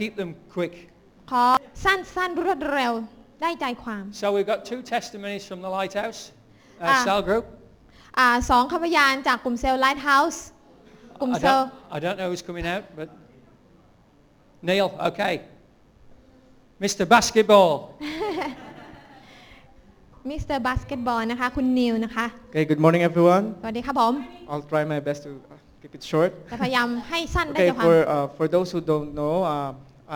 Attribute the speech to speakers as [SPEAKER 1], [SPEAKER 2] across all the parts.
[SPEAKER 1] keep them quick.
[SPEAKER 2] ขอสั้นๆรวดเร็วได้ใจความ
[SPEAKER 1] So we've got two testimonies from the Lighthouse uh,
[SPEAKER 2] Ah.
[SPEAKER 1] cell group.
[SPEAKER 2] อาสองคำพยานจากกลุ่มเซลล์ไลท์เฮาส์กลุ่ม
[SPEAKER 1] I
[SPEAKER 2] เซลล์
[SPEAKER 1] don't, I don't know who's coming out, but Neil, okay. Mr. Basketball.
[SPEAKER 2] มิสเตอร์บาสเกตบอลนะคะ คุณนิวนะคะ
[SPEAKER 3] Okay, good morning everyone.
[SPEAKER 2] สวัสดีครับผม
[SPEAKER 3] I'll try my best to uh, keep it short.
[SPEAKER 2] จะพยายามให้สั้นได้
[SPEAKER 3] Okay,
[SPEAKER 2] ใจความ
[SPEAKER 3] for uh, for those who don't know, uh,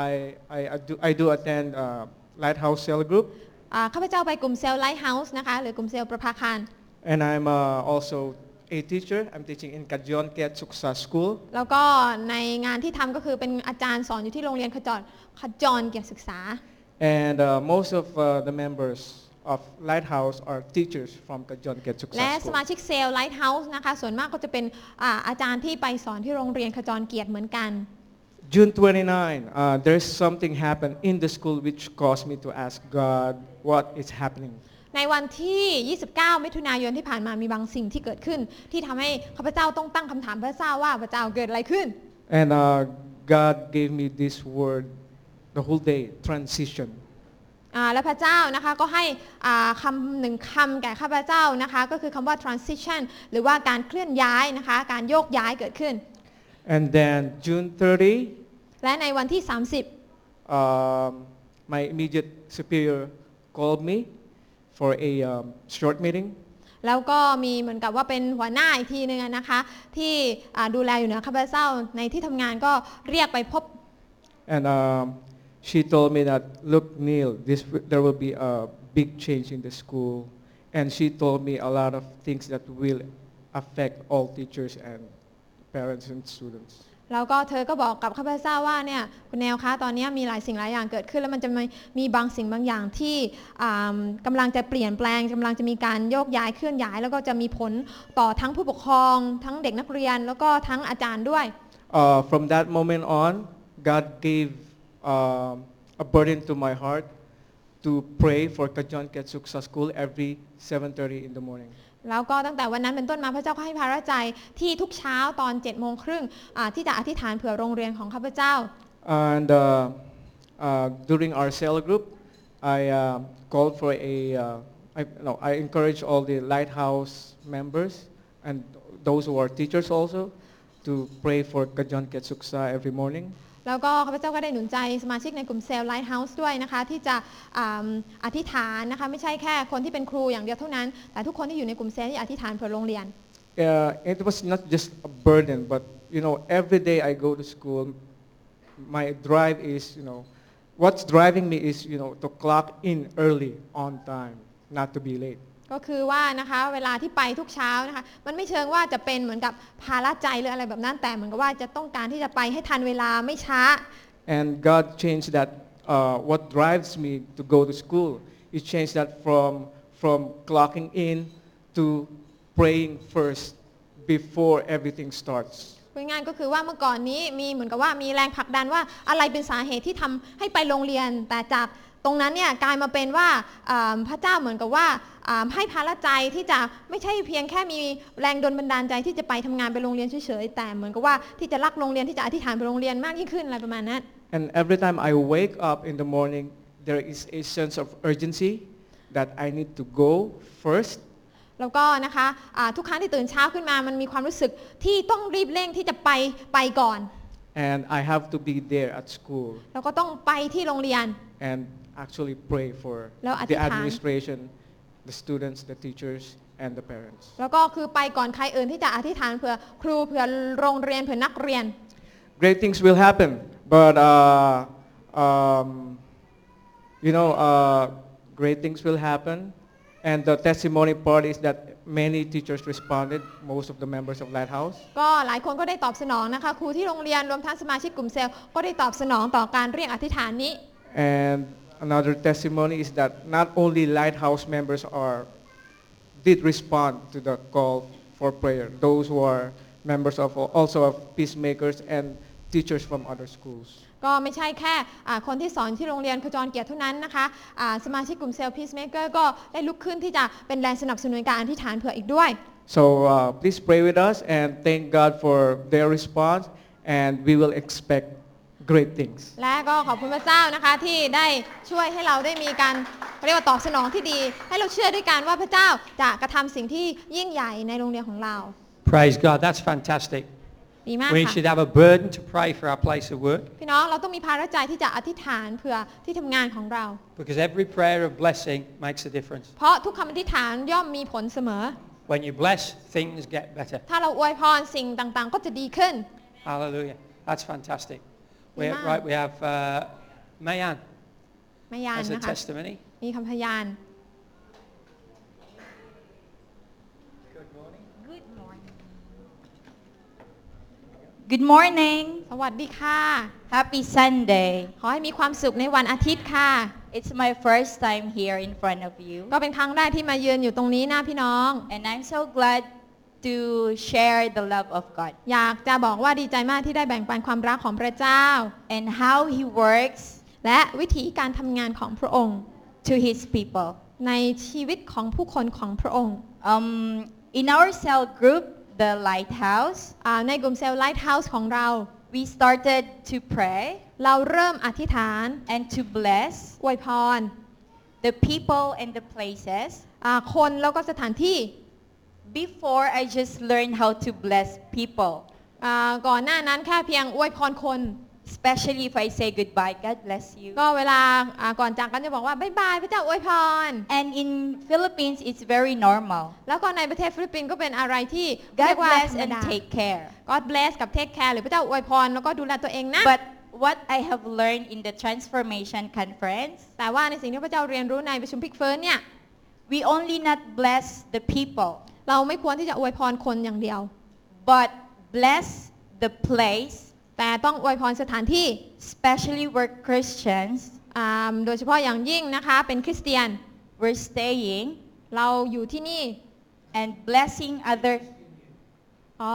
[SPEAKER 3] I, I I do I do attend uh, Lighthouse Cell Group,
[SPEAKER 2] อ่าข้าพเจ้าไปกลุ่มเซลล์ไลท์เฮาส์นะคะ หรือกลุ่มเซลล์ประภาคาร
[SPEAKER 3] and I'm uh, also a teacher. I'm teaching in Kajon Ket Suksa School,
[SPEAKER 2] แล้วก็ในงานที่ทำก็คือเป็นอาจารย์สอนอยู่ที่โรงเรียนขจรขจรเกียรติศึกษา
[SPEAKER 3] and uh, most of uh, the members of Lighthouse are teachers from Kajon Ket
[SPEAKER 2] และส
[SPEAKER 3] Suksa
[SPEAKER 2] มา
[SPEAKER 3] School.
[SPEAKER 2] ชิกเซลล์ไลท์เฮาส์นะคะ ส่วนมากก็จะเป็นอาอาจารย์ที่ไปสอนที่โรงเรียนขจรเกียรติเหมือนกัน
[SPEAKER 3] June 29, uh, there's something happened in the school which caused me to ask God what is happening.
[SPEAKER 2] ในวันที่ 29 มิถุนายนที่ผ่านมามีบางสิ่งที่เกิดขึ้น ที่ทำให้ข้าพเจ้าต้องตั้งคำถามพระเจ้าว่าพระเจ้าเกิดอะไรขึ้น
[SPEAKER 3] And uh, God gave me this word the whole day, transition.
[SPEAKER 2] อ่าและพระเจ้านะคะก็ให้อ่าคำหนึ่งคำแก่ข้าพเจ้านะคะ ก็คือคำว่า transition หรือว่าการเคลื่อนย้ายนะคะ การโยกย้ายเกิดขึ้น
[SPEAKER 3] And then June 30,
[SPEAKER 2] และในวันที่
[SPEAKER 3] um, my immediate superior called me for a um, short meeting.
[SPEAKER 2] 30 แล้วก็มีเหมือนกับว่าเป็นหัวหน้าอีกทีหนึงอะนะคะ ที่อ่าดูแลอยู่เหนือข้าพเจ้าในที่ทำงานก็เรียกไปพบ
[SPEAKER 3] And um, she told me that, look, Neil, this, w- there will be a big change in the school. And she told me a lot of things that will affect all teachers and parents and students.
[SPEAKER 2] แล้วก็เธอก็บอกกับข้าพเจ้าว่าเนี่ยคุณแนวคะตอนนี้มีหลายสิ่งหลายอย่างเกิดขึ้น แล้วมันจะมีมีบางสิ่งบางอย่างที่อ่ากำลังจะเปลี่ยนแปลงกำลังจะมีการโยกย้ายเคลื่อนย้าย แล้วก็จะมีผลต่อทั้งผู้ปกครอง ทั้งเด็กนักเรียน แล้วก็ทั้งอาจารย์ด้วย
[SPEAKER 3] Uh, from that moment on, God gave um, a burden to my heart to pray for Kajon Ketsuksa School every 7.30 in the morning.
[SPEAKER 2] แล้วก็ตั้งแต่วันนั้นเป็นต้นมาพระเจ้าก็ให้ภาระใจที่ทุกเช้าตอน7จ็ดโมงครึ่งที่จะอธิษฐานเผื่อโรงเรียนของข้าพเจ้า
[SPEAKER 3] And uh, uh, during our cell group, I uh, called for a, uh, I, no, I encourage all the Lighthouse members and those who are teachers also to pray for Kajon Ketsuksa every morning.
[SPEAKER 2] แล้วก็ข้าพเจ้าก็ได้หนุนใจสมาชิกในกลุ่มเซลล์ไลท์เฮาส์ด้วยนะคะ ที่จะอ่ำอธิษฐานนะคะ ไม่ใช่แค่คนที่เป็นครูอย่างเดียวเท่านั้น แต่ทุกคนที่อยู่ในกลุ่มเซลล์ที่อธิษฐานเพื่อโรงเรียน
[SPEAKER 3] uh, it was not just a burden, but you know, every day I go to school, my drive is, you know, what's driving me is, you know, to clock in early on time, not to be late.
[SPEAKER 2] ก็คือว่านะคะเวลาที่ไปทุกเช้านะคะ มันไม่เชิงว่าจะเป็นเหมือนกับภาระใจหรืออะไรแบบนั้นแต่เหมือนกับว่าจะต้องการที่จะไปให้ทันเวลาไม่ช้า
[SPEAKER 3] And God changed that. Uh, what drives me to go to school, He changed that from from clocking in to praying first before everything starts.
[SPEAKER 2] พูดง่ายๆก็คือว่าเมื่อก่อนนี้มีเหมือนกับว่ามีแรงผลักดันว่าอะไรเป็นสาเหตุที่ทำให้ไปโรงเรียน แต่จากตรงนั้นเนี่ยกลายมาเป็นว่าอ่าพระเจ้าเหมือนกับว่าอ่าให้ภาระใจที่จะไม่ใช่เพียงแค่มีแรงดลบันดาลใจที่จะไปทำงานไปโรงเรียนเฉยๆแต่เหมือนกับว่าที่จะรักโรงเรียนที่จะอธิษฐานไปโรงเรียนมากยิ่งขึ้นอะไรประมาณนั้น
[SPEAKER 3] And every time I wake up in the morning, there is a sense of urgency that I need to go first.
[SPEAKER 2] แล้วก็นะคะอ่าทุกครั้งที่ตื่นเช้าขึ้นมามันมีความรู้สึกที่ต้องรีบเร่งที่จะไปไปก่อน
[SPEAKER 3] And I have to be there at school
[SPEAKER 2] แล้วก็ต้องไปที่โรงเรียน
[SPEAKER 3] and actually pray for
[SPEAKER 2] Lo
[SPEAKER 3] the
[SPEAKER 2] atihan.
[SPEAKER 3] administration, the students, the teachers, and the parents.
[SPEAKER 2] แล้วก็คือไปก่อนใครอื่นที่จะอธิษฐานเผื่อครูเผื่อโรงเรียนเผื่อนักเรียน
[SPEAKER 3] Great things will happen, but uh, um, you know, uh, great things will happen. And the testimony part is that many teachers responded, most of the members of Lighthouse.
[SPEAKER 2] ก็หลายคนก็ได้ตอบสนองนะคะ ครูที่โรงเรียนรวมทั้งสมาชิกกลุ่มเซลล์ก็ได้ตอบสนองต่อการเรียกอธิษฐานนี้
[SPEAKER 3] And another testimony is that not only Lighthouse members are, did respond to the call for prayer, those who are members of, also of peacemakers and teachers from other schools.
[SPEAKER 2] ก็ไม่ใช่แค่อ่าคนที่สอนที่โรงเรียนขจรเกียรติเท่านั้นนะคะะสมาชิกกลุ่มเซลล์พีซเมเกอร์ก็ได้ลุกขึ้นที่จะเป็นแรงสนับสนุนการอธิษฐานเผื่ออีกด้วย
[SPEAKER 3] So uh, please pray with us and thank God for their response and we will expect great things.
[SPEAKER 2] และก็ขอบคุณพระเจ้านะคะที่ได้ช่วยให้เราได้มีการเรียกว่าตอบสนองที่ดี ให้เราเชื่อด้วยกันว่าพระเจ้าจะกระทำสิ่งที่ยิ่งใหญ่ในโรงเรียนของเรา
[SPEAKER 1] Praise God. That's fantastic.
[SPEAKER 2] ดีมาก
[SPEAKER 1] We
[SPEAKER 2] ค่ะ
[SPEAKER 1] should have a burden to pray for our place of work
[SPEAKER 2] พี่น้องเราต้องมีภาระใจที่จะอธิษฐานเผื่อที่ทำงานของเรา
[SPEAKER 1] because every prayer of blessing makes a difference.
[SPEAKER 2] เพราะทุกคำอธิษฐานย่อมมีผลเสมอ
[SPEAKER 1] When you bless, things get better.
[SPEAKER 2] ถ้าเราอวยพรสิ่งต่างๆ ก็จะดีขึ้น
[SPEAKER 1] Hallelujah. That's fantastic. We,
[SPEAKER 2] Amen.
[SPEAKER 1] right, we have uh, Mayan
[SPEAKER 2] แมายาน
[SPEAKER 1] as a
[SPEAKER 2] นะคะ
[SPEAKER 1] testimony.
[SPEAKER 2] มีคำพยาน
[SPEAKER 4] Good morning.
[SPEAKER 2] สวัสดีค่ะ
[SPEAKER 4] Happy Sunday.
[SPEAKER 2] ขอให้มีความสุขในวันอาทิตย์ค่ะ
[SPEAKER 4] It's my first time here in front of you.
[SPEAKER 2] ก็เป็นครั้งแรกที่มาเยือนอยู่ตรงนี้หน้าพี่น้อง
[SPEAKER 4] And I'm so glad to share the love of God
[SPEAKER 2] อยากจะบอกว่าดีใจมากที่ได้แบ่งปันความรักของพระเจ้า
[SPEAKER 4] and how He works
[SPEAKER 2] และวิธีการทำงานของพระองค์
[SPEAKER 4] to His people.
[SPEAKER 2] ในชีวิตของผู้คนของพระองค์
[SPEAKER 4] Um, in our cell group, the Lighthouse,
[SPEAKER 2] อ่าในกลุ่มเซลล์ไลท์เฮาส์ของเรา
[SPEAKER 4] we started to pray
[SPEAKER 2] เราเริ่มอธิษฐาน
[SPEAKER 4] and to bless
[SPEAKER 2] อวยพร
[SPEAKER 4] the people and the places.
[SPEAKER 2] อ่าคนแล้วก็สถานที่
[SPEAKER 4] Before, I just learned how to bless people,
[SPEAKER 2] อ่าก่อนหน้านั้นแค่เพียงอวยพรคน
[SPEAKER 4] especially if I say goodbye. God bless you.
[SPEAKER 2] ก็เวลาอ่าก่อนจากกันจะบอกว่าบายบายพระเจ้าอวยพร
[SPEAKER 4] And in Philippines, it's very normal.
[SPEAKER 2] แล้วก็ในประเทศฟิลิปปินส์ก็เป็นอะไรที่
[SPEAKER 4] God
[SPEAKER 2] เรียกว่า
[SPEAKER 4] bless
[SPEAKER 2] ธรรม
[SPEAKER 4] and
[SPEAKER 2] ดา
[SPEAKER 4] take care.
[SPEAKER 2] God bless กับ take care หรือพระเจ้าอวยพรแล้วก็ดูแลตัวเองนะ
[SPEAKER 4] But what I have learned in the transformation conference,
[SPEAKER 2] แต่ว่าในสิ่งที่พระเจ้าเรียนรู้ในประชุมพลิกเฟิร์นเนี่ย
[SPEAKER 4] we only not bless the people,
[SPEAKER 2] เราไม่ควรที่จะอวยพรคนอย่างเดียว
[SPEAKER 4] but bless the place,
[SPEAKER 2] แต่ต้องอวยพรสถานที่
[SPEAKER 4] especially where Christians
[SPEAKER 2] อ่าโดยเฉพาะอย่างยิ่งนะคะ เป็นคริสเตียน
[SPEAKER 4] were staying
[SPEAKER 2] เราอยู่ที่นี่
[SPEAKER 4] and blessing other
[SPEAKER 2] อ๋อ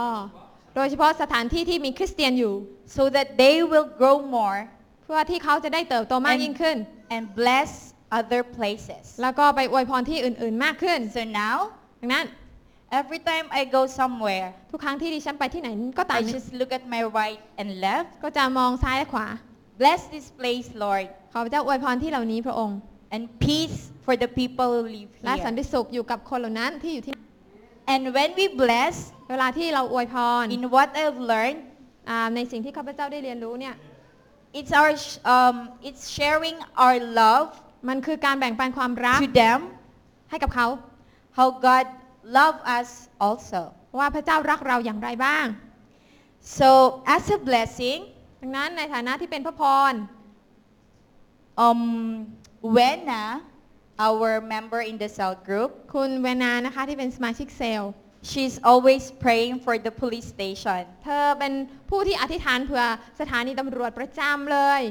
[SPEAKER 2] โดยเฉพาะสถานที่ที่มีคริสเตียนอยู่
[SPEAKER 4] so that they will grow more
[SPEAKER 2] เพื่อที่เขาจะได้เติบโตมากยิ่งขึ้น
[SPEAKER 4] and bless other places.
[SPEAKER 2] แล้วก็ไปอวยพรที่อื่นๆมากขึ้น
[SPEAKER 4] So now,
[SPEAKER 2] ดังนั้น
[SPEAKER 4] every time I go somewhere,
[SPEAKER 2] ทุกครั้งที่ดิฉันไปที่ไหนก็ตาม
[SPEAKER 4] I just look at my right and left.
[SPEAKER 2] ก็จะมองซ้ายและขวา
[SPEAKER 4] Bless this place, Lord,
[SPEAKER 2] ขอพระเจ้าอวยพรที่เหล่านี้พระองค์
[SPEAKER 4] and peace for the people who live
[SPEAKER 2] และ
[SPEAKER 4] here.
[SPEAKER 2] สันติสุขอยู่กับคนเหล่านั้นที่อยู่ที่
[SPEAKER 4] And when we bless,
[SPEAKER 2] เวลาที่เราอวยพร
[SPEAKER 4] in what I've learned,
[SPEAKER 2] อ่าในสิ่งที่ข้าพเจ้าได้เรียนรู้เนี่ย
[SPEAKER 4] it's our sh- um, it's sharing our love
[SPEAKER 2] มันคือการแบ่งปันความรัก
[SPEAKER 4] to them,
[SPEAKER 2] ให้กับเขา
[SPEAKER 4] how God love us also.
[SPEAKER 2] ว่าพระเจ้ารักเราอย่างไรบ้าง
[SPEAKER 4] So as a blessing,
[SPEAKER 2] ดังนั้นในฐานะที่เป็นพระพร
[SPEAKER 4] um, Wena, our member in the cell group,
[SPEAKER 2] คุณเวนานะคะที่เป็นสมาชิกเซลล์
[SPEAKER 4] she's always praying for the police station.
[SPEAKER 2] เธอเป็นผู้ที่อธิษฐานเผื่อสถานีตำรวจประจำเลย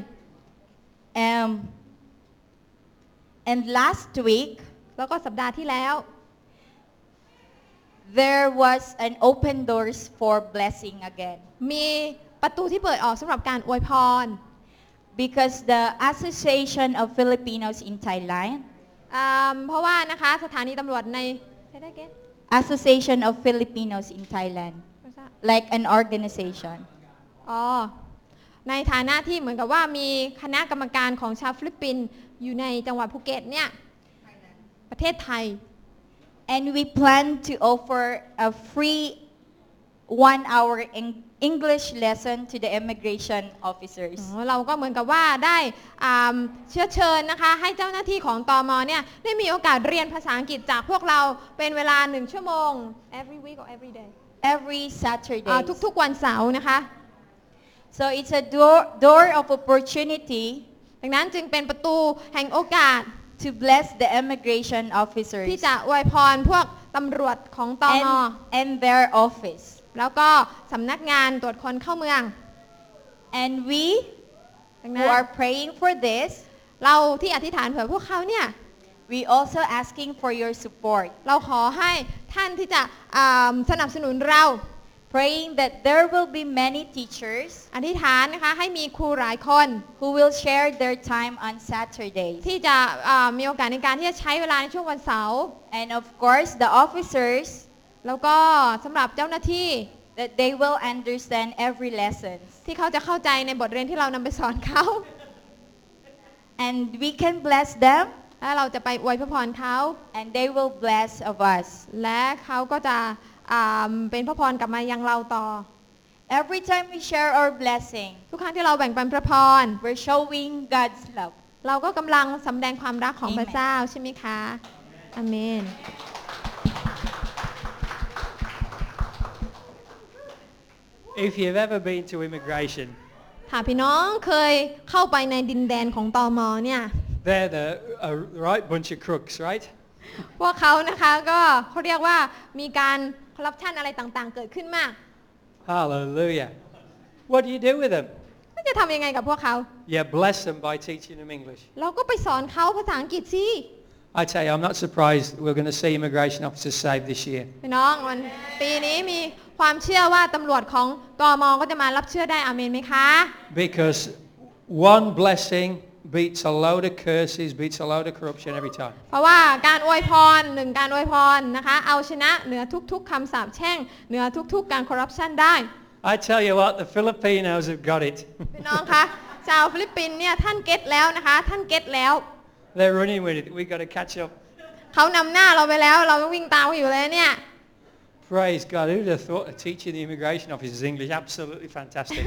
[SPEAKER 4] Um, and last week
[SPEAKER 2] แล้วก็สัปดาห์ที่แล้ว
[SPEAKER 4] there was an open doors for blessing again.
[SPEAKER 2] มีประตูที่เปิดออกสำหรับการอวยพร
[SPEAKER 4] Because the Association of Filipinos in Thailand,
[SPEAKER 2] อ่าเพราะว่านะคะสถานีตำรวจในใช่ได้เกณฑ์
[SPEAKER 4] Association of Filipinos in Thailand,
[SPEAKER 2] ไม่ทราบ
[SPEAKER 4] like an organization,
[SPEAKER 2] อ๋อ ในฐานะที่เหมือนกับว่ามีคณะกรรมการของชาวฟิลิปปินส์อยู่ในจังหวัดภูเก็ตเนี่ย ประเทศไทย
[SPEAKER 4] and we plan to offer a free one-hour Eng- English lesson to the immigration officers.
[SPEAKER 2] อ๋อเราก็เหมือนกับว่าได้อ่าเชื้อเชิญนะคะ ให้เจ้าหน้าที่ของตอมเนี่ยได้มีโอกาสเรียนภาษาอังกฤษจากพวกเราเป็นเวลาหนึ่งชั่วโมง every week or every day
[SPEAKER 4] Every
[SPEAKER 2] อ่า
[SPEAKER 4] Saturday.
[SPEAKER 2] ทุกๆวันเสาร์นะคะ
[SPEAKER 4] So it's a door, door of opportunity
[SPEAKER 2] ดังนั้นจึงเป็นประตูแห่งโอกาส
[SPEAKER 4] to bless the immigration
[SPEAKER 2] ที่
[SPEAKER 4] officers
[SPEAKER 2] จะอวยพรพวกตำรวจของตอม
[SPEAKER 4] and, and their office.
[SPEAKER 2] แล้วก็สำนักงานตรวจคนเข้าเมือง
[SPEAKER 4] And we
[SPEAKER 2] ดังนั้
[SPEAKER 4] who
[SPEAKER 2] น
[SPEAKER 4] are praying for this,
[SPEAKER 2] เราที่อธิษฐานเผื่อพวกเขาเนี่ย
[SPEAKER 4] we also asking for your support,
[SPEAKER 2] เราขอให้ท่านที่จะอ่าสนับสนุนเรา
[SPEAKER 4] praying that there will be many teachers
[SPEAKER 2] อธิษฐานนะคะให้มีครูหลายคน
[SPEAKER 4] who will share their time on Saturdays.
[SPEAKER 2] ที่จะอ่ามีโอกาสในการที่จะใช้เวลาในช่วงวันเสาร์
[SPEAKER 4] And of course, the officers
[SPEAKER 2] แล้วก็สำหรับเจ้าหน้าที่
[SPEAKER 4] that that they will understand every lesson.
[SPEAKER 2] ที่เขาจะเข้าใจในบทเรียนที่เรานำไปสอนเขา
[SPEAKER 4] And we can bless them
[SPEAKER 2] และเราจะไปอวยพระพรเขา
[SPEAKER 4] and they will bless of us.
[SPEAKER 2] และเขาก็จะอ่าเป็นพระพรกลับมายังเราต่อ
[SPEAKER 4] Every time we share our blessing,
[SPEAKER 2] ทุกครั้งที่เราแบ่งปันพระพร
[SPEAKER 4] we're showing God's love.
[SPEAKER 2] เราก็กำลังสำแดงความรักของ
[SPEAKER 4] Amen.
[SPEAKER 2] พระเจ้าใช่ไหมคะอเมน
[SPEAKER 1] If you've ever been to immigration,
[SPEAKER 2] หากพี่น้องเคยเข้าไปในดินแดนของตอมอเนี่ย
[SPEAKER 1] they're the a right bunch of crooks, right?
[SPEAKER 2] พวกเขานะคะก็เขาเรียกว่ามีการคอร์รัปชันอะไรต่างๆ เกิดขึ้นมาก
[SPEAKER 1] Hallelujah. What do you do with them?
[SPEAKER 2] แล้วจะทำยังไงกับพวกเขา
[SPEAKER 1] You bless them by teaching them English.
[SPEAKER 2] เราก็ไปสอนเขาภาษาอังกฤษสิ
[SPEAKER 1] I tell you, I'm not surprised we're going to see immigration officers saved this year.
[SPEAKER 2] พี่น้องวันปีนี้มีความเชื่อว่าตำรวจของตอมอก็จะมารับเชื่อได้อาเมนไหมคะ
[SPEAKER 1] Because one blessing beats a load of curses, beats a load of corruption every time.
[SPEAKER 2] เพราะว่าการอวยพรหนึ่งการอวยพรนะคะ เอาชนะเหนือทุกๆคำสาปแช่งเหนือทุกๆ การคอร์รัปชันได้
[SPEAKER 1] I tell you what, the Filipinos have got it.
[SPEAKER 2] พี่น้องคะ ชาวฟิลิปปินส์เนี่ยท่านเก็ตแล้วนะคะ ท่านเก็ตแล้ว
[SPEAKER 1] They're running with it. We've got to catch up.
[SPEAKER 2] เขานำหน้าเราไปแล้ว เราก็วิ่งตามเขาอยู่เลยเนี่ย
[SPEAKER 1] Praise God. Who'd have thought of teaching the immigration officers English? Absolutely fantastic.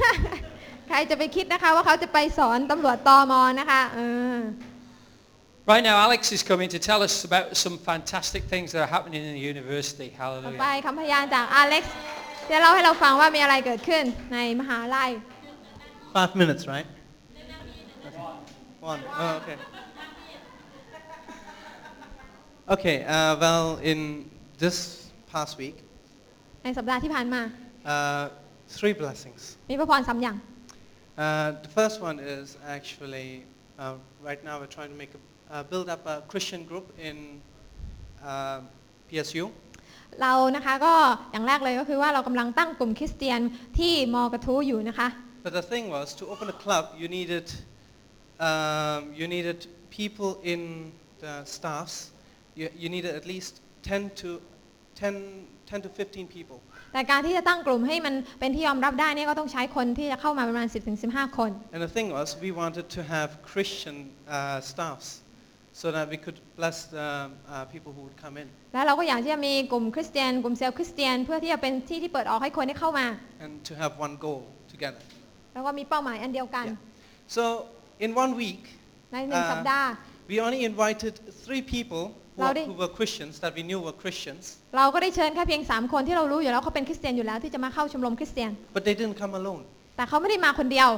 [SPEAKER 2] ใครจะไปคิดนะคะว่าเขาจะไปสอนตำรวจตอมอนะคะเออ
[SPEAKER 1] right now, Alex is coming to tell us about some fantastic things that are happening in the university.
[SPEAKER 2] ต่อไป
[SPEAKER 1] Hallelujah.
[SPEAKER 2] คำพยานจากอเล็กซ์จะเล่าให้เราฟังว่ามีอะไรเกิดขึ้นในมหาลัย
[SPEAKER 5] Five minutes, right? One. Oh, okay. Okay. Uh, well, in this past week,
[SPEAKER 2] ในสัปดาห์ที่ผ่านมา
[SPEAKER 5] uh, three blessings.
[SPEAKER 2] มีพระพรสามอย่าง
[SPEAKER 5] Uh, the first one is actually uh, right now we're trying to make a, uh, build up a Christian group in uh, PSU.
[SPEAKER 2] เรานะคะก็อย่างแรกเลยก็คือว่าเรากำลังตั้งกลุ่มคริสเตียนที่มอกระทู้อยู่นะคะ
[SPEAKER 5] But the thing was, to open a club, you needed um, you needed people in the staffs. You, you needed at least 10 to 10, 10 to 15 people.
[SPEAKER 2] แต่การที่จะตั้งกลุ่มให้มันเป็นที่ยอมรับได้เนี่ยก็ต้องใช้คนที่จะเข้ามาประมาณ 10-15 คน
[SPEAKER 5] And the thing was, we wanted to have Christian uh, staffs so that we could bless the uh, people who would come in.
[SPEAKER 2] และเราก็อยากที่จะมีกลุ่มคริสเตียน กลุ่มเซลล์คริสเตียน เพื่อที่จะเป็นที่ที่เปิดออกให้คนได้เข้ามา
[SPEAKER 5] and to have one goal together.
[SPEAKER 2] แล้วก็มีเป้าหมายอันเดียวกัน
[SPEAKER 5] Yeah. So in one week,
[SPEAKER 2] ในหนึ่ง
[SPEAKER 5] อ่า
[SPEAKER 2] สัปดาห์
[SPEAKER 5] we only invited three people who,
[SPEAKER 2] Lauri.
[SPEAKER 5] who were Christians that we knew were Christians,
[SPEAKER 2] เราก็ได้เชิญแค่เพียง 3 คนที่เรารู้อยู่แล้วเขาเป็นคริสเตียนอยู่แล้วที่จะมาเข้าชมรมคริสเตียน
[SPEAKER 5] but they didn't come alone.
[SPEAKER 2] แต่เขาไม่ได้มาคนเดียว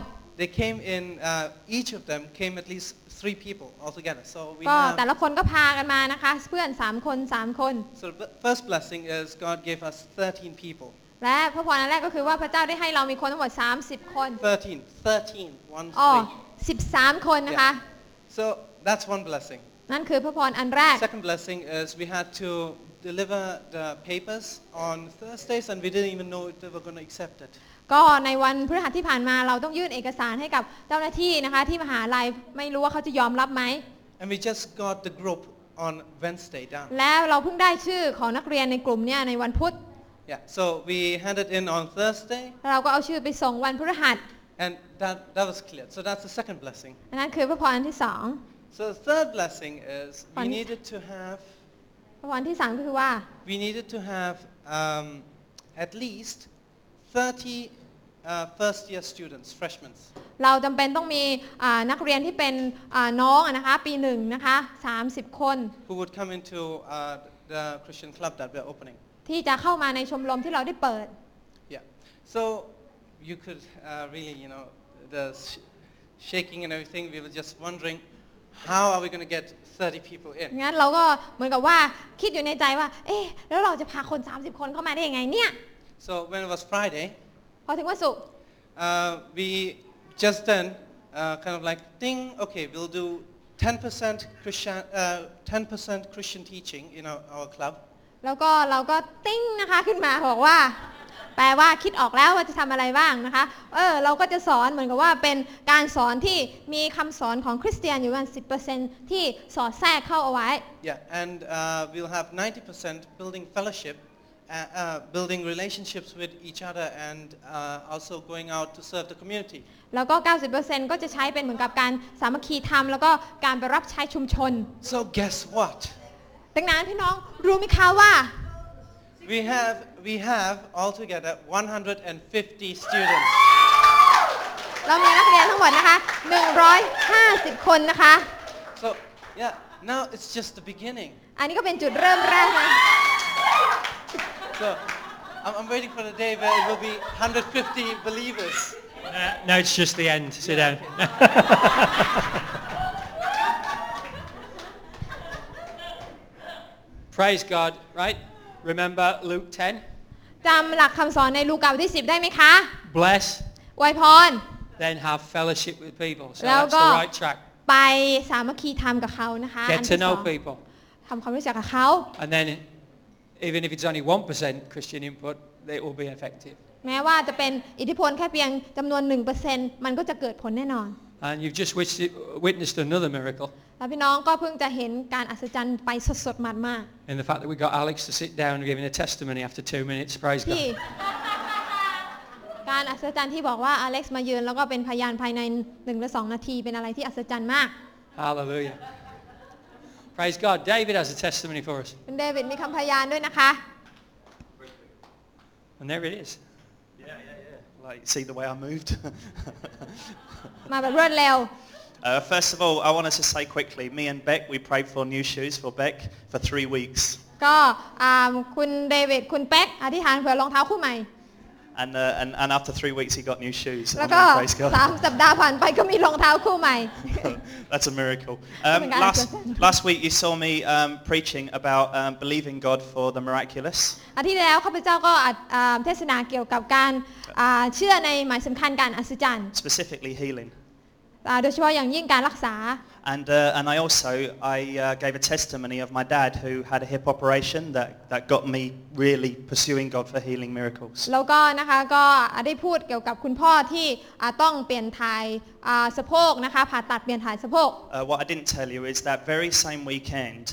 [SPEAKER 5] They came in. Uh, each of them came at least three people altogether. So we
[SPEAKER 2] ก็
[SPEAKER 5] have.
[SPEAKER 2] แต่ละคนก็พากันมานะคะ เพื่อน 3 คน 3 คน
[SPEAKER 5] So the first blessing is God gave us 13 people.
[SPEAKER 2] และพระพรอันแรกก็คือว่าพระเจ้าได้ให้เรามีคนทั้งหมด 30 คน
[SPEAKER 5] 13, 13, one
[SPEAKER 2] อ๋อ
[SPEAKER 5] three.
[SPEAKER 2] 13 คนนะคะ
[SPEAKER 5] Yeah. So that's one blessing.
[SPEAKER 2] นั่นคือพระพรอันแรก
[SPEAKER 5] Second blessing is we had to deliver the papers on Thursdays, and we didn't even know if they were going to accept it.
[SPEAKER 2] ก็ในวันพฤหัสที่ผ่านมาเราต้องยื่นเอกสารให้กับเจ้าหน้าที่นะคะ ที่มหาลัยไม่รู้ว่าเขาจะยอมรับไหม
[SPEAKER 5] And we just got the group on Wednesday down.
[SPEAKER 2] แล้วเราเพิ่งได้ชื่อของนักเรียนในกลุ่มเนี่ยในวันพุธ
[SPEAKER 5] Yeah, so we handed in on Thursday,
[SPEAKER 2] แล้วเราก็เอาชื่อไปส่งวันพฤหัส
[SPEAKER 5] and that, that was cleared. So that's the second blessing.
[SPEAKER 2] อันนั่นคือพระพรอันที่สอง
[SPEAKER 5] So the third blessing is we
[SPEAKER 2] Fun.
[SPEAKER 5] needed to have,
[SPEAKER 2] พระพรที่สามก็คือว่า
[SPEAKER 5] we needed to have um, at least 30 uh, first-year students, freshmen.
[SPEAKER 2] เราจำเป็นต้องมีอ่านักเรียนที่เป็นอ่าน้องอะนะคะ ปีหนึ่งนะคะ30 คน
[SPEAKER 5] who would come into uh, the Christian club that we're opening.
[SPEAKER 2] ที่จะเข้ามาในชมรมที่เราได้เปิด
[SPEAKER 5] Yeah. So you could uh, really, you know, the sh- shaking and everything, we were just wondering, how are we going to get 30 people in?
[SPEAKER 2] งั้นเราก็เหมือนกับว่าคิดอยู่ในใจว่า เอ๊ะแล้วเราจะพาคน 30 คนเข้ามาได้ยังไงเนี่ย
[SPEAKER 5] So when it was Friday,
[SPEAKER 2] พอถึงวันศุกร์
[SPEAKER 5] uh, we just then uh, kind of like, ding, okay, we'll do 10% Christian, uh, 10% Christian teaching in our, our club.
[SPEAKER 2] แล้วก็เราก็ติ้งนะคะขึ้นมาบอกว่า แปลว่าคิดออกแล้วว่าจะทำอะไรบ้างนะคะ เออเราก็จะสอนเหมือนกับว่าเป็นการสอนที่มีคำสอนของคริสเตียนอยู่ประมาณ10%ที่สอดแทรกเข้าเอาไว้
[SPEAKER 5] Yeah, and uh, we'll have 90% building fellowship uh, uh, building relationships with each other and uh, also going out to serve the community.
[SPEAKER 2] แล้วก็ 90%ก็จะใช้เป็นเหมือนกับการสามัคคีธรรม แล้วก็การไปรับใช้ชุมชน
[SPEAKER 5] So guess what?
[SPEAKER 2] ดังนั้นพี่น้องรู้ไหมคะว่า
[SPEAKER 5] We have, we have altogether 150 students.
[SPEAKER 2] เรามีนักเรียนทั้งหมดนะคะ 150 คนนะคะ
[SPEAKER 5] So yeah, now it's just the beginning.
[SPEAKER 2] อันนี้ก็เป็นจุดเริ่มแรกนะ
[SPEAKER 5] So I'm, I'm waiting for the day where it will be 150 believers.
[SPEAKER 1] No, Uh, no, it's just the end. Sit down. Praise God, right? Remember Luke 10?
[SPEAKER 2] จำหลักคำสอนในลูกาบทที่ 10 ได้ไหมคะ
[SPEAKER 1] Bless,
[SPEAKER 2] ไวยพร
[SPEAKER 1] then have fellowship with people. So
[SPEAKER 2] Now
[SPEAKER 1] that's the
[SPEAKER 2] go.
[SPEAKER 1] right track.
[SPEAKER 2] ไปสามัคคีธรรมกับเขานะคะ
[SPEAKER 1] Get
[SPEAKER 2] ที่
[SPEAKER 1] to
[SPEAKER 2] สอ
[SPEAKER 1] know
[SPEAKER 2] ง
[SPEAKER 1] people.
[SPEAKER 2] ทำความรู้จักกับเขา
[SPEAKER 1] And then even if it's only 1% Christian input, it will be effective.
[SPEAKER 2] แม้ว่าจะเป็นอิทธิพลแค่เพียงจำนวน 1%มันก็จะเกิดผลแน่นอน
[SPEAKER 1] And you've just witnessed witnessed another miracle
[SPEAKER 2] แล้วพี่น้องก็เพิ่งจะเห็นการอัศจรรย์ไปสดๆหมาก
[SPEAKER 1] in the fact that we got Alex to sit down and giving a testimony after two minutes. Praise
[SPEAKER 2] ๆที่
[SPEAKER 1] God.
[SPEAKER 2] การอัศจรรย์ที่บอกว่าอเล็กซ์มายืนแล้วก็เป็นพยานภายใน1หรือ2นาทีเป็นอะไรที่อัศจรรย์มาก
[SPEAKER 1] Hallelujah. Praise God. David has a testimony for us.
[SPEAKER 2] คุณเดวิดมีคำพยานด้วยนะคะ
[SPEAKER 1] And there it is.
[SPEAKER 6] Like, see the way I moved?
[SPEAKER 2] มาแบบรวดเร็ว
[SPEAKER 6] uh, first of all, I wanted to say quickly, me and Beck, we prayed for new shoes for Beck for three weeks.
[SPEAKER 2] ก็อ่าคุณเดวิดคุณเป๊กอธิษฐานเผื่อรองเท้าคู่ใหม่
[SPEAKER 6] And, uh, and, and after three weeks, he got new shoes.
[SPEAKER 2] แล้ว
[SPEAKER 6] Amen,
[SPEAKER 2] ก็
[SPEAKER 6] praise
[SPEAKER 2] สาม
[SPEAKER 6] God.
[SPEAKER 2] สัปดาห์ผ่านไปก็มีรองเท้าคู่ใหม่
[SPEAKER 6] That's a miracle.
[SPEAKER 2] Oh my
[SPEAKER 6] Um,
[SPEAKER 2] God,
[SPEAKER 6] last,
[SPEAKER 2] that's awesome.
[SPEAKER 6] last week, you saw me um, preaching about um, believing God for the miraculous.
[SPEAKER 2] อาทิตย์ที่แล้วข้าพเจ้าก็อัดอ่าเทศนาเกี่ยวกับการอ่าเชื่อในหมายสำคัญการอัศจรรย์
[SPEAKER 6] specifically healing.
[SPEAKER 2] อ่าโดยเฉพาะอย่างยิ่งการรักษา
[SPEAKER 6] And, uh, and I also I uh, gave a testimony of my dad who had a hip operation that, that got me really pursuing God for healing miracles.
[SPEAKER 2] แล้วก็นะคะก็ได้พูดเกี่ยวกับคุณพ่อที่อ่าต้องเปลี่ยนถ่ายอ่าสะโพกนะคะผ่าตัดเปลี่ยนถ่ายสะโพก
[SPEAKER 6] Uh, what I didn't tell you is that very same weekend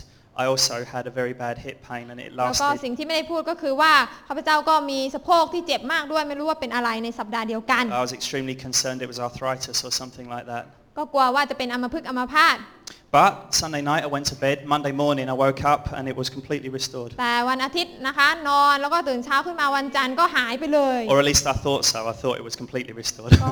[SPEAKER 6] I also had a very bad hip pain and it
[SPEAKER 2] แล้วก็
[SPEAKER 6] lasted.
[SPEAKER 2] สิ่งที่ไม่ได้พูดก็คือว่าข้าพเจ้าก็มีสะโพกที่เจ็บมากด้วยไม่รู้ว่าเป็นอะไรในสัปดาห์เดียวกัน
[SPEAKER 6] I was extremely concerned it was arthritis or something like that.
[SPEAKER 2] ก็กลัวว่าจะเป็นอัมพฤกษ์อัมพาต
[SPEAKER 6] But Sunday night I went to bed, Monday morning I woke up and it was completely restored.
[SPEAKER 2] แต่วันอาทิตย์นะคะ นอนแล้วก็ตื่นเช้าขึ้นมาวันจันทร์ก็หายไปเลย
[SPEAKER 6] Or at least I thought so. I thought it was completely restored.
[SPEAKER 2] ก็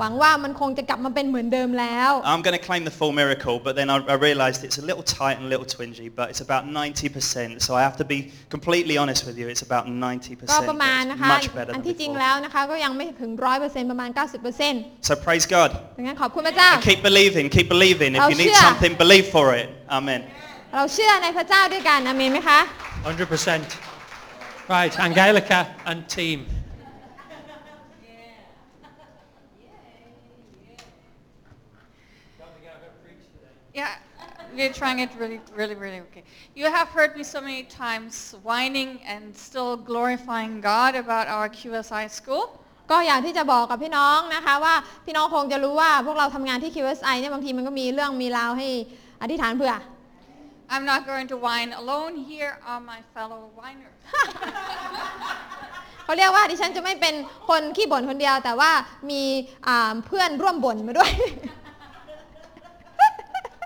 [SPEAKER 2] หวังว่ามันคงจะกลับมาเป็นเหมือนเดิมแล้ว
[SPEAKER 6] I'm going to claim the full miracle, but then I, I realised it's a little tight and a little twingy, but it's about 90%. So I have to be completely honest with you, it's about 90%.
[SPEAKER 2] ก็
[SPEAKER 6] but
[SPEAKER 2] ประมาณ
[SPEAKER 6] it's
[SPEAKER 2] นะคะ
[SPEAKER 6] much better
[SPEAKER 2] อั
[SPEAKER 6] than
[SPEAKER 2] นที่จริง
[SPEAKER 6] before.
[SPEAKER 2] แล้วนะคะ ก็ยังไม่ถึงร้อยเปอร์เซ็นต์ประมาณ 90%ด
[SPEAKER 6] So praise God.
[SPEAKER 2] ังนั้นขอบคุณพระเจ้า
[SPEAKER 6] And keep believing, keep believing. If
[SPEAKER 2] Oh,
[SPEAKER 6] you need
[SPEAKER 2] sure.
[SPEAKER 6] something, believe for it. Amen.
[SPEAKER 2] เราเชื่อในพระเจ้าด้วยกันอเมนไหมคะ
[SPEAKER 1] 100%. Right, Angelica and team.
[SPEAKER 7] Yeah, we're trying it really, really, really okay. You have heard me so many times whining and still glorifying God about our QSI school.
[SPEAKER 2] ก็อยากที่จะบอกกับพี่น้องนะคะว่าพี่น้องคงจะรู้ว่าพวกเราทำงานที่ QSI เนี่ยบางทีมันก็มีเรื่องมีราวให้อธิษฐานเผื่อ
[SPEAKER 7] I'm not going to whine alone. Here are my fellow whiners.
[SPEAKER 2] เขาเรียกว่าดิฉันจะไม่เป็นคนขี้บ่นคนเดียว แต่ว่ามีอ่าเพื่อนร่วมบ่นมาด้วย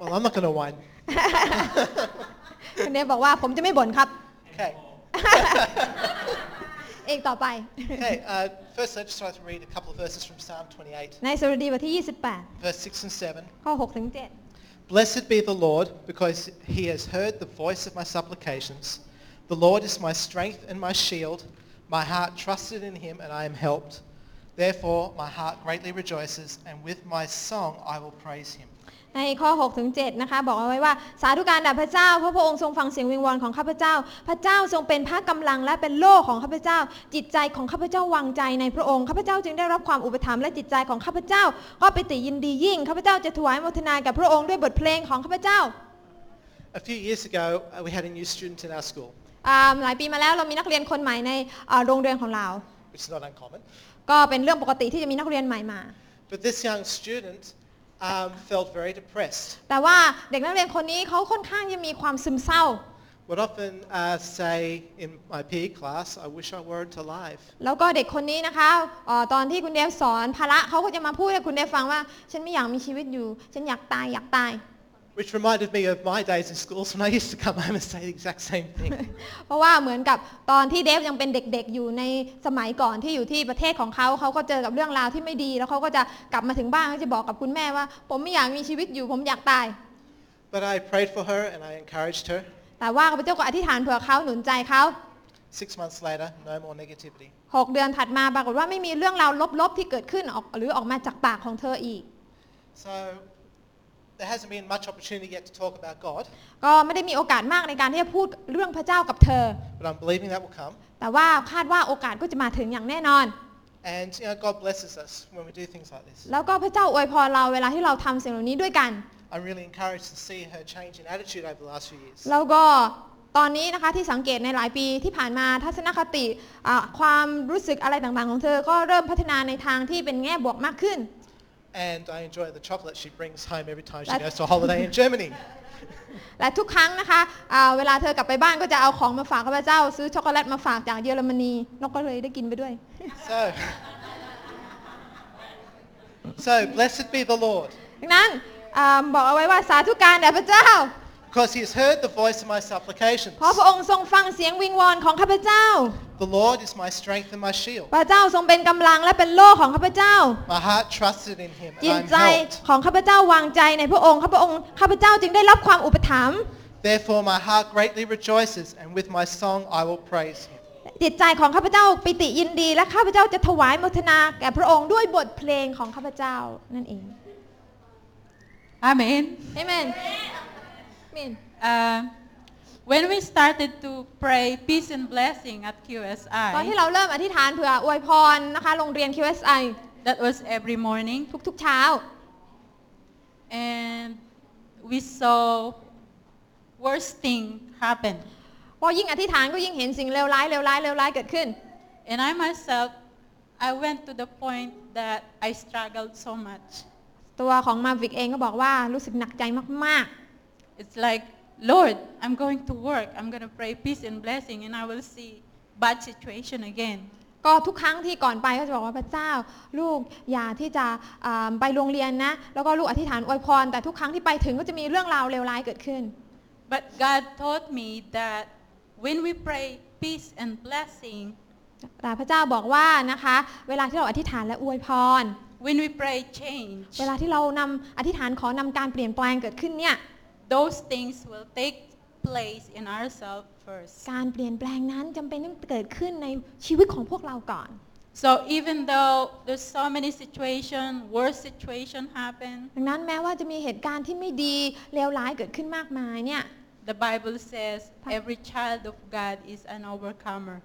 [SPEAKER 8] Well, I'm not going to whine.
[SPEAKER 2] คนนี้บอกว่าผมจะไม่บ่นครับ
[SPEAKER 8] Okay.
[SPEAKER 2] เอกต่อไป
[SPEAKER 8] Okay. Uh, first, I just like to read a couple of verses from Psalm 28,
[SPEAKER 2] ในสรุดีบทที่
[SPEAKER 8] verse 6 and 7.
[SPEAKER 2] 28 ข้อ6ถึง7
[SPEAKER 8] Blessed be the Lord, because he has heard the voice of my supplications. The Lord is my strength and my shield. My heart trusted in him, and I am helped. Therefore, my heart greatly rejoices, and with my song I will praise him.
[SPEAKER 2] ในข้อ6ถึง7นะคะบอกเอาไว้ว่า สาธุการแด่พระเจ้าเพราะพระองค์ทรงฟังเสียงวิงวอนของข้าพเจ้า พระเจ้าทรงเป็นพระกำลังและเป็นโล่ของข้าพเจ้า จิตใจของข้าพเจ้าวางใจในพระองค์ข้าพเจ้าจึงได้รับความอุปถัมภ์และจิตใจของข้าพเจ้า ก็ไปติยินดียิ่งข้าพเจ้าจะถวายโมทนากับพระองค์ด้วยบทเพลงของข้าพเจ้า
[SPEAKER 8] A few years ago, uh, we had a new student in our school,
[SPEAKER 2] อ่าหลายปีมาแล้วเรามีนักเรียนคนใหม่ในเอ่อโรงเรียนของเรา
[SPEAKER 8] which is not uncommon.
[SPEAKER 2] ก็เป็นเรื่องปกติที่จะมีนักเรียนใหม่มา
[SPEAKER 8] But this young student um, felt very depressed.
[SPEAKER 2] แต่ว่าเด็กนักเรียนคนนี้เขาค่อนข้างจะมีความซึมเศร้า
[SPEAKER 8] would often uh, say in my PE class, I wish I weren't alive.
[SPEAKER 2] แล้วก็เด็กคนนี้นะคะเอ่อตอนที่คุณเดฟสอนภาระเขาก็จะมาพูดให้คุณเดฟฟังว่า ฉันไม่อยากมีชีวิตอยู่ ฉันอยากตายอยากตาย
[SPEAKER 8] Which reminded me of my days in schools when I used to come home and say the exact same thing.
[SPEAKER 2] เพราะว่าเหมือนกับตอนที่เดฟยังเป็นเด็กๆ อยู่ในสมัยก่อนที่อยู่ที่ประเทศของเขาเขาก็เจอกับเรื่องราวที่ไม่ดี แล้วเขาก็จะกลับมาถึงบ้านเขาจะบอกกับคุณแม่ว่า ผมไม่อยากมีชีวิตอยู่ ผมอยากตาย
[SPEAKER 8] but I prayed for her and I encouraged her.
[SPEAKER 2] แต่ว่าข้าพเจ้าก็อธิษฐานเผื่อเขาหนุนใจเขา
[SPEAKER 8] Six months later, no more negativity.
[SPEAKER 2] หกเดือนถัดมาปรากฏว่าไม่มีเรื่องราวลบๆที่เกิดขึ้นออกหรือออกมาจากปากของเธออีก
[SPEAKER 8] So there hasn't been much opportunity yet to talk about God,
[SPEAKER 2] ก็ไม่ได้มีโอกาสมากในการที่จะพูดเรื่องพระเจ้ากับเธอ
[SPEAKER 8] but I'm believing that will come.
[SPEAKER 2] แต่ว่าคาดว่าโอกาสก็จะมาถึงอย่างแน่นอน
[SPEAKER 8] And you know, God blesses us when we do things like this.
[SPEAKER 2] แล้วก็พระเจ้าอวยพรเราเวลาที่เราทำสิ่งเหล่านี้ด้วยกัน
[SPEAKER 8] I'm really encouraged to see her change in attitude over the last few years.
[SPEAKER 2] แล้วก็ตอนนี้นะคะที่สังเกตในหลายปีที่ผ่านมาทัศนคติอ่าความรู้สึกอะไรต่างๆของเธอ ก็เริ่มพัฒนาในทางที่เป็นแง่บวกมากขึ้น
[SPEAKER 8] And I enjoy the chocolate she brings home every time she
[SPEAKER 2] That's-
[SPEAKER 8] goes to a holiday in Germany.
[SPEAKER 2] และทุกครั้งนะคะอ่าเวลาเธอกลับไปบ้านก็จะเอาของมาฝากข้าพเจ้า ซื้อช็อกโกแลตมาฝากจากเยอรมนีนกก็เลยได้กินไปด้วย
[SPEAKER 8] So, so blessed be the Lord,
[SPEAKER 2] ดังนั้นอ่าบอกเอาไว้ว่าสาธุการแด่พระเจ้า
[SPEAKER 8] because he has heard the voice of my supplications.
[SPEAKER 2] เพราะพระองค์ทรงฟังเสียงวิงวอนของข้าพเจ้า
[SPEAKER 8] The Lord is my strength and my shield.
[SPEAKER 2] พระเจ้าทรงเป็นกำลังและเป็นโล่ของข้าพเจ้า
[SPEAKER 8] My heart trusted in him
[SPEAKER 2] จิต
[SPEAKER 8] and
[SPEAKER 2] ใจ
[SPEAKER 8] I'm helped.
[SPEAKER 2] ของข้าพเจ้าวางใจในพระองค์ข้าพระองค์ข้าพเจ้าจึงได้รับความอุปถัมภ์
[SPEAKER 8] Therefore my heart greatly rejoices and with my song I will praise him.
[SPEAKER 2] จิตใจของข้าพเจ้าปิติยินดี และข้าพเจ้าจะถวายมทนาแก่พระองค์ด้วยบทเพลงของข้าพเจ้านั่นเอง
[SPEAKER 9] Amen.
[SPEAKER 2] เอเมนเมน
[SPEAKER 9] Uh, when we started to pray peace and blessing at
[SPEAKER 2] ตอนที่
[SPEAKER 9] QSI,
[SPEAKER 2] เราเริ่มอธิษฐานเผื่ออวยพรนะคะ โรงเรียน QSI
[SPEAKER 9] that was every morning,
[SPEAKER 2] ทุกๆเช้า
[SPEAKER 9] and we saw worst thing happen.
[SPEAKER 2] พอยิ่งอธิษฐานก็ยิ่งเห็นสิ่งเลวร้ายเลวร้ายเลวร้ายเกิดขึ้น
[SPEAKER 9] And I myself, I went to the point that I struggled so much.
[SPEAKER 2] ตัวของมาวิกเองก็บอกว่ารู้สึกหนักใจมาก
[SPEAKER 9] It's like, Lord, I'm going to work. I'm going to pray peace and blessing, and I will see bad situation again.
[SPEAKER 2] ๆ ก็ทุกครั้งที่ก่อนไปก็จะบอกว่าพระเจ้า ลูกอย่าที่จะอ่าไปโรงเรียนนะ แล้วก็ลูกอธิษฐานอวยพร แต่ทุกครั้งที่ไปถึงก็จะมีเรื่องราวเลวร้ายเกิดขึ้น
[SPEAKER 9] But God taught me that when we pray peace and blessing,
[SPEAKER 2] แต่พระเจ้าบอกว่านะคะ เวลาที่เราอธิษฐานและอวยพร
[SPEAKER 9] when we pray change,
[SPEAKER 2] เวลาที่เรานำอธิษฐานขอนำการเปลี่ยนแปลงเกิดขึ้นเนี่ย
[SPEAKER 9] those things will take place in ourselves first.
[SPEAKER 2] การเปลี่ยนแปลงนั้นจำเป็นต้องเกิดขึ้นในชีวิตของพวกเราก่อน
[SPEAKER 9] So even though there's so many situation, worse situation happen,
[SPEAKER 2] ดังนั้นแม้ว่าจะมีเหตุการณ์ที่ไม่ดีเลวร้ายเกิดขึ้นมากมายเนี่ย
[SPEAKER 9] the Bible says
[SPEAKER 2] Pa-
[SPEAKER 9] every child of God is an overcomer.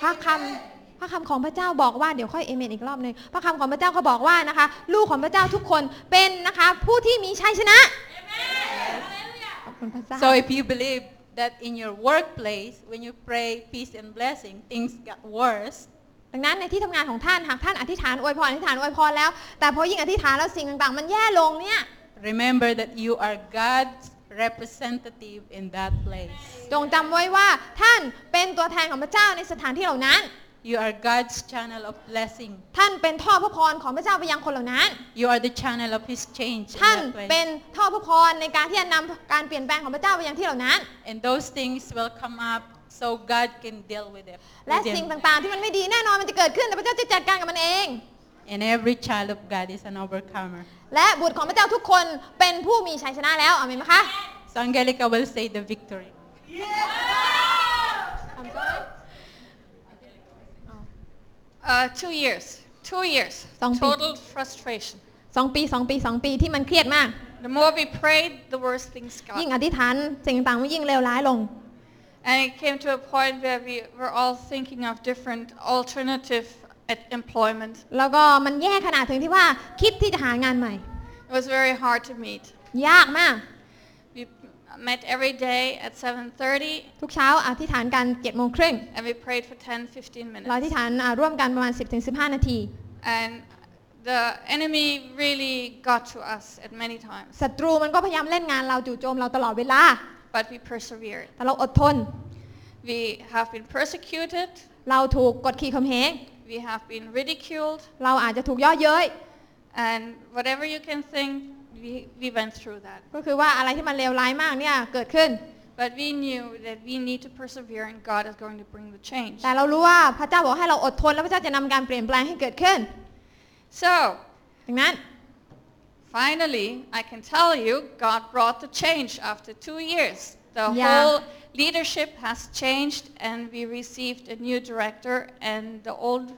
[SPEAKER 2] พระคำพระคำของพระเจ้าบอกว่าเดี๋ยวค่อยเอเมนอีกรอบหนึ่งพระคำของพระเจ้าก็บอกว่านะคะ ลูกของพระเจ้าทุกคนเป็นนะคะ ผู้ที่มีชัยชนะขอบคุณพระเจ้า
[SPEAKER 9] So if you believe that in your workplace, when you pray peace and blessing, things got worse,
[SPEAKER 2] ดังนั้นในที่ทำงานของท่านหากท่านอธิษฐานอวยพรอธิษฐานอวยพรแล้ว แต่พอยิ่งอธิษฐานแล้วสิ่งต่างๆ มันแย่ลงเนี่ย
[SPEAKER 9] remember that you are God's representative in that place.
[SPEAKER 2] จงจำไว้ว่าท่านเป็นตัวแทนของพระเจ้าในสถานที่เหล่านั้น
[SPEAKER 9] You are God's channel of blessing.
[SPEAKER 2] ท่านเป็นท่อพระพรของพระเจ้าไปยังคนเหล่านั้น
[SPEAKER 9] You are the channel of His change in
[SPEAKER 2] ท่าน
[SPEAKER 9] that place.
[SPEAKER 2] เป็นท่อพระพรในการที่จะนำการเปลี่ยนแปลงของพระเจ้าไปยังที่เหล่านั้น
[SPEAKER 9] And those things will come up so God can deal with it.
[SPEAKER 2] และ
[SPEAKER 9] with
[SPEAKER 2] สิ่ง
[SPEAKER 9] them.
[SPEAKER 2] ต่างๆ ที่มันไม่ดีแน่นอนมันจะเกิดขึ้นแต่พระเจ้าจะจัดการกับมันเอง
[SPEAKER 9] And every child of God is an overcomer.
[SPEAKER 2] และบุตรของพระเจ้าทุกคนเป็นผู้มีชัยชนะแล้วอาเมนไหมคะ
[SPEAKER 9] So Angelica will say the victory.
[SPEAKER 7] Uh, two years, two years,
[SPEAKER 2] Song Ping.
[SPEAKER 7] total frustration.
[SPEAKER 2] สองปีสองปีสองปีที่มันเครียดมาก
[SPEAKER 7] The more we prayed, the worse things
[SPEAKER 2] ยิ่ง
[SPEAKER 7] got.
[SPEAKER 2] อธิษฐานสิ่งต่างๆมันยิ่งเลวร้ายลง
[SPEAKER 7] And it came to a point where we were all thinking of different alternative at employment.
[SPEAKER 2] แล้วก็มันแย่ขนาดถึงที่ว่าคิดที่จะหางานใหม่
[SPEAKER 7] It was very hard to meet.
[SPEAKER 2] ยากมาก
[SPEAKER 7] We met every day at 7.30
[SPEAKER 2] ทุกเช้าอธิษฐานกัน7จ็ดโมงครึ่ง
[SPEAKER 7] and we prayed for 10, 15
[SPEAKER 2] เราอธิ
[SPEAKER 7] minutes.
[SPEAKER 2] ษฐานอ่าร่วมกันประมาณ 10-15 นาที
[SPEAKER 7] And the enemy really got to us at many times.
[SPEAKER 2] ศัตรูมันก็พยายามเล่นงานเราจู่โจมเราตลอดเวลา
[SPEAKER 7] but we persevered.
[SPEAKER 2] แต่เราอดทน
[SPEAKER 7] We have been persecuted,
[SPEAKER 2] เราถูกกดขี่ข่มเหง
[SPEAKER 7] we have been ridiculed,
[SPEAKER 2] เราอาจจะถูกย่อเย้ย
[SPEAKER 7] and whatever you can think, we, we went through that.
[SPEAKER 2] ก็คือว่าอะไรที่มันเลวร้ายมากเนี่ยเกิดขึ้น
[SPEAKER 7] But we knew that we need to persevere and God is going to bring the change.
[SPEAKER 2] แต่เรารู้ว่าพระเจ้าบอกให้เราอดทน แล้วพระเจ้าจะนำการเปลี่ยนแปลงให้เกิดขึ้น
[SPEAKER 7] So,
[SPEAKER 2] ดังนั้น
[SPEAKER 7] finally, I can tell you, God brought the change after two years. The
[SPEAKER 2] Yeah.
[SPEAKER 7] whole leadership has changed and we received a new director and the old,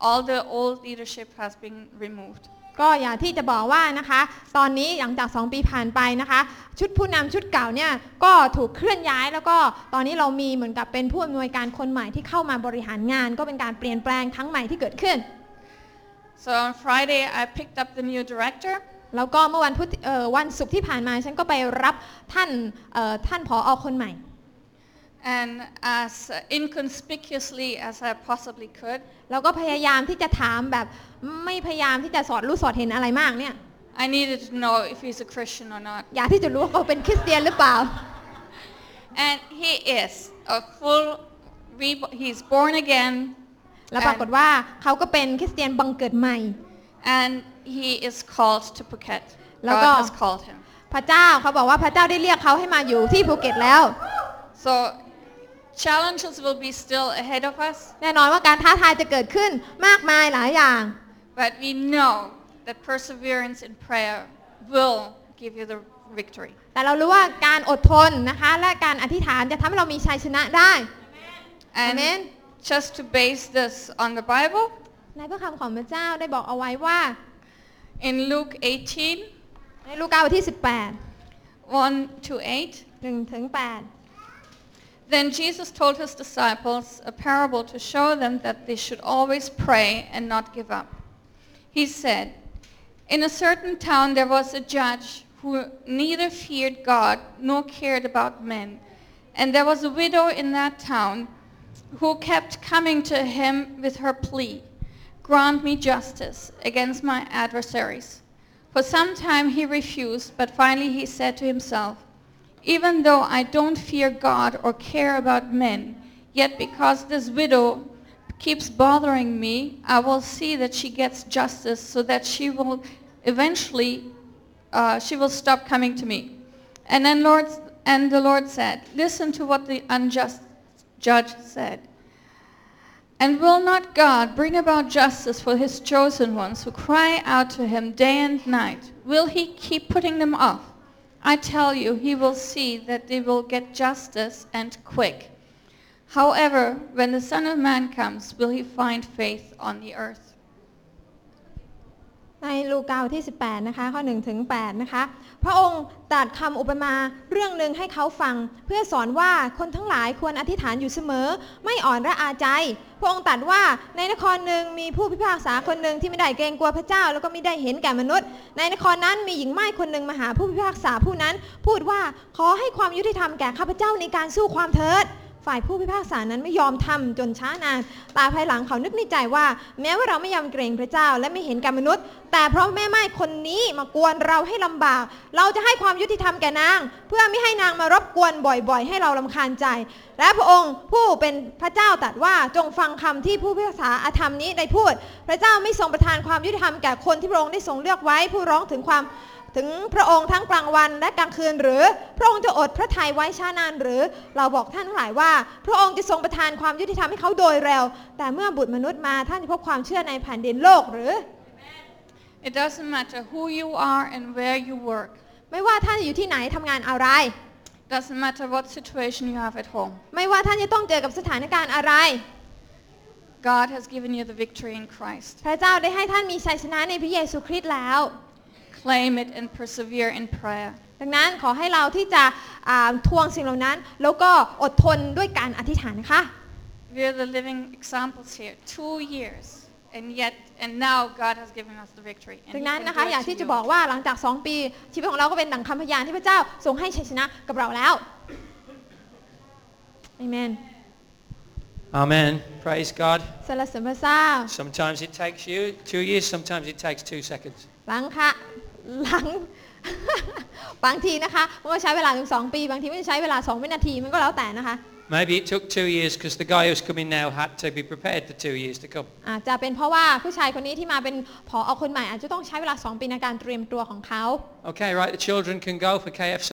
[SPEAKER 7] all the old leadership has been removed.
[SPEAKER 2] ก็อย่างที่จะบอกว่านะคะ ตอนนี้หลังจาก 2 ปีผ่านไปนะคะ ชุดผู้นำชุดเก่าเนี่ยก็ถูกเคลื่อนย้าย แล้วก็ตอนนี้เรามีเหมือนกับเป็นผู้อำนวยการคนใหม่ที่เข้ามาบริหารงาน ก็เป็นการเปลี่ยนแปลงทั้งใหม่ที่เกิดขึ้น
[SPEAKER 7] So on Friday, I picked up the new director
[SPEAKER 2] แล้วก็เมื่อวันพุธเอ่อวันศุกร์ที่ผ่านมาฉันก็ไปรับท่านเอ่อท่านผออคนใหม่
[SPEAKER 7] and as inconspicuously as I possibly could,
[SPEAKER 2] แล้วก็พยายามที่จะถามแบบไม่พยายามที่จะสอดรู้สอดเห็นอะไรมากเนี่ย
[SPEAKER 7] I needed to know if he's a Christian or not.
[SPEAKER 2] อยากที่จะรู้ว่าเขาเป็นคริสเตียนหรือเปล่า
[SPEAKER 7] And he is a full, re- he's born again
[SPEAKER 2] แล้วปรากฏว่าเขาก็เป็นคริสเตียนบังเกิดใหม่
[SPEAKER 7] and he is called to Phuket.
[SPEAKER 2] Loko.
[SPEAKER 7] God has called him.
[SPEAKER 2] พระเจ้าเขาบอกว่าพระเจ้าได้เรียกเขาให้มาอยู่ที่ภูเก็ตแล้ว
[SPEAKER 7] So challenges will be still ahead of us,
[SPEAKER 2] แน่นอนว่าการท้าทายจะเกิดขึ้นมากมายหลายอย่าง
[SPEAKER 7] but we know that perseverance in prayer will give you the victory.
[SPEAKER 2] แต่เรารู้ว่าการอดทนนะคะ และการอธิษฐานจะทำให้เรามีชัยชนะได้
[SPEAKER 7] And
[SPEAKER 2] Amen.
[SPEAKER 7] just to base this on the Bible,
[SPEAKER 2] ในพระคำของพระเจ้าได้บอกเอาไว้ว่า
[SPEAKER 7] in Luke 18,
[SPEAKER 2] ในลูกาบทที่
[SPEAKER 7] 1 to 8,
[SPEAKER 2] 18 1ถึง
[SPEAKER 7] Then Jesus told his disciples a parable to show them that they should always pray and not give up. He said, In a certain town there was a judge who neither feared God nor cared about men. And there was a widow in that town who kept coming to him with her plea, Grant me justice against my adversaries. For some time he refused, but finally he said to himself, even though I don't fear God or care about men, yet because this widow keeps bothering me, I will see that she gets justice so that she will eventually, uh, she will stop coming to me. And then Lord, and the Lord said, listen to what the unjust judge said. And will not God bring about justice for his chosen ones who cry out to him day and night? Will he keep putting them off? I tell you, he will see that they will get justice and quick. However, when the Son of Man comes, will he find faith on the earth?
[SPEAKER 2] 18 ในลูกาบทที่ 18 นะคะ ข้อ1ถึง8นะคะ พระองค์ตรัสคำอุปมาเรื่องหนึ่งให้เขาฟัง เพื่อสอนว่าคนทั้งหลายควรอธิษฐานอยู่เสมอ ไม่อ่อนระอาใจ พระองค์ตรัสว่าในนครหนึ่งมีผู้พิพากษาคนหนึ่งที่ไม่ได้เกรงกลัวพระเจ้า แล้วก็ไม่ได้เห็นแก่มนุษย์ ในนครนั้นมีหญิงไม้คนหนึ่งมาหาผู้พิพากษาผู้นั้น พูดว่าขอให้ความยุติธรรมแก่ข้าพเจ้าในการสู้ความเถิด ฝ่ายผู้พิพากษานั้นไม่ยอมทำจนช้านาน ตาภายหลังเขานึกในใจว่า แม้ว่าเราไม่ยำเกรงพระเจ้าและไม่เห็นแก่มนุษย์ แต่เพราะแม่ไม้คนนี้มากวนเราให้ลำบาก เราจะให้ความยุติธรรมแก่นาง เพื่อไม่ให้นางมารบกวนบ่อยๆ ให้เราลำคาญใจ และพระองค์ผู้เป็นพระเจ้าตรัสว่าจงฟังคำที่ผู้พิพากษาอธรรมนี้ได้พูด พระเจ้าไม่ทรงประทานความยุติธรรมแก่คนที่พระองค์ได้ทรงเลือกไว้ผู้ร้องถึงความ ถึงพระองค์ทั้งกลางวันและกลางคืนหรือ พระองค์จะอดพระทัยไว้ช้านานหรือ เราบอกท่านทั้งหลายว่า พระองค์จะทรงประทานความยุติธรรมให้เขาโดยเร็ว แต่เมื่อบุตรมนุษย์มาท่านจะพบความเชื่อในแผ่นดินโลกหรือ
[SPEAKER 7] It doesn't matter who you are and where you work.
[SPEAKER 2] ไม่ว่าท่านจะอยู่ที่ไหนทำงานอะไร
[SPEAKER 7] It doesn't matter what situation you have at home.
[SPEAKER 2] ไม่ว่าท่านจะต้องเจอกับสถานการณ์อะไร
[SPEAKER 7] God has given you the victory in Christ.
[SPEAKER 2] พระเจ้าได้ให้ท่านมีชัยชนะในพระเยซูคริสต์แล้ว
[SPEAKER 7] Claim it and persevere in prayer.
[SPEAKER 2] ดังนั้นขอให้เราที่จะอ่าทวงสิ่งเหล่านั้น แล้วก็อดทนด้วยการอธิษฐานนะคะ
[SPEAKER 7] We're the living examples here. Two years, and yet, and now God has given us the victory. and
[SPEAKER 2] ดั
[SPEAKER 7] He
[SPEAKER 2] งนั้น
[SPEAKER 7] can
[SPEAKER 2] นะ
[SPEAKER 7] do
[SPEAKER 2] คะ
[SPEAKER 7] it
[SPEAKER 2] อย่างที่
[SPEAKER 7] to
[SPEAKER 2] จะ
[SPEAKER 7] you.
[SPEAKER 2] บอกว่าหลังจาก 2 ปี ชีวิตของเราก็เป็นดั่งคำพยานที่พระเจ้าทรงให้ชัยชนะกับเราแล้วอเมน
[SPEAKER 1] Amen. Praise God.
[SPEAKER 2] สรรเสริญพระเจ้า
[SPEAKER 1] Sometimes it takes you two years, sometimes it takes two seconds.
[SPEAKER 2] หลังค่ะหลัง บางทีนะคะมันก็ใช้เวลาถึงสองปี บางทีมันใช้เวลาสองวินาทีมันก็แล้วแต่นะคะ
[SPEAKER 1] Maybe it took two years because the guy who's coming now had to be prepared for two years to come.
[SPEAKER 2] อาจจะเป็นเพราะว่าผู้ชายคนนี้ที่มาเป็นผออคนใหม่อาจจะต้องใช้เวลา 2 ปีในการเตรียมตัวของเขา
[SPEAKER 1] Okay, right, the children can go for KFC.